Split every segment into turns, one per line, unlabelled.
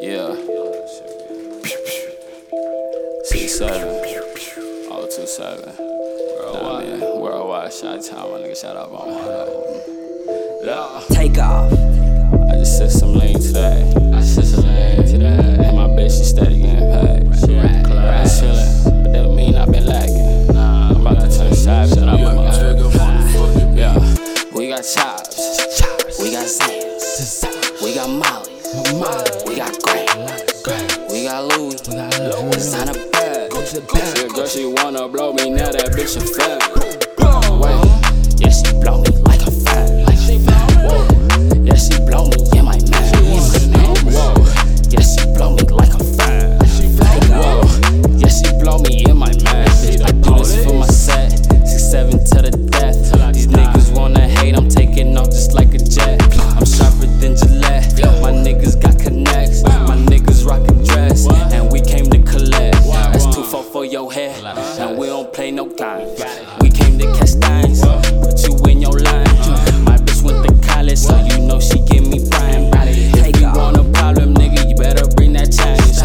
Yeah. C7. Oh, 27. Worldwide. Nah, man. Worldwide. Shot town. My nigga, shout out on my Yeah.
Take off.
I just said some lean today. I said some lean today. And my bitch, she steady getting paid. She right, right, chillin'. But that don't mean I've been lacking. Nah, I'm about to turn savage. Shut up, my Yeah. We got chops. We got zans. We got molly. We got gray. We got Louis. Designer bag. She a girl, she wanna blow me. Now that bitch a fan. Wait. Yeah, she blow me like a fan. Like she blow me. Yeah, she blow me in my man. Whoa. Yeah, she blow me like a fan. Whoa. Yeah, she blow me in my man. I do this for my set. Six seven to the death. These niggas wanna hate. I'm taking off just like a jet. I'm sharper than Gillette. My niggas got connects. My niggas rockin' dress. And we came to collect. That's two four for your head. And we don't play no games. We came to catch things. Put you in your line. My bitch went to college, so you know she give me prime. If you want a problem, nigga, you better bring that change.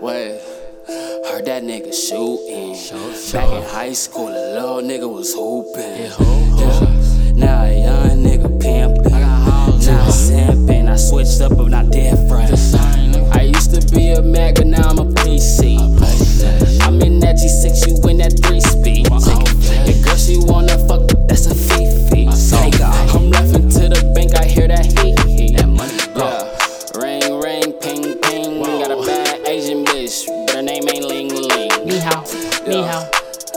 Wait. Heard that nigga shooting. Back in high school, a little nigga was hooping. Yeah. Now a young nigga pimping. Now I'm simping. I switched up, but not different. I used to be a Mac, but now I'm a PC. I'm in that G6, you in that 3 speed. Your girl, she wanna fuck, but that's a fifi. I'm laughing to the bank, I hear that hee hee. Yeah. Ring, ring, ping, ping. Got a bad Asian bitch, but her name ain't Ling Ling.
Ni hao, ni
Yeah.
hao.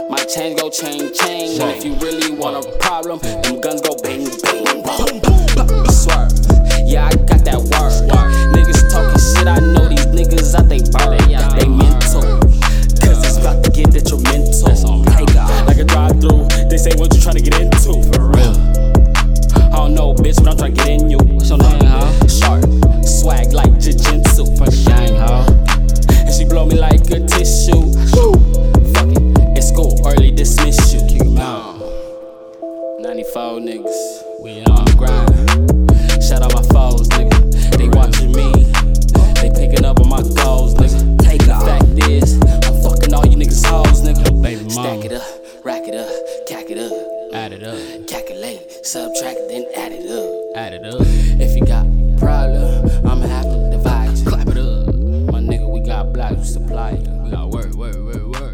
My chains go chain chain. And if you really want a problem, them guns go bang bang. bang. Swerve. Yeah, I got that word. Niggas talking shit, I know these niggas out they bird. They mental. Cause it's about to get detrimental. Take off. Like a drive through, they say what you trying to get into. For real. I don't know, bitch, but I'm trying to get in you. What's your name, huh? Sharp. Swag like jiu-jitsu. For shang, huh? And she blow me like a tissue. Fuck it, it's school, early dismiss you. 94 niggas, we on the grind. Shout out my foes, nigga. They watching me, they picking up on my goals, nigga.
Take off.
Fact is, I'm fucking all you niggas hoes, nigga. Stack it up, rack it up, cack it up.
Add it up,
Calculate, subtract, then add it up.
add it up.
If you got problem, I'ma have to divide you. Clap it up. My nigga, we got blocks, we supply you.
We got work, work, work, work.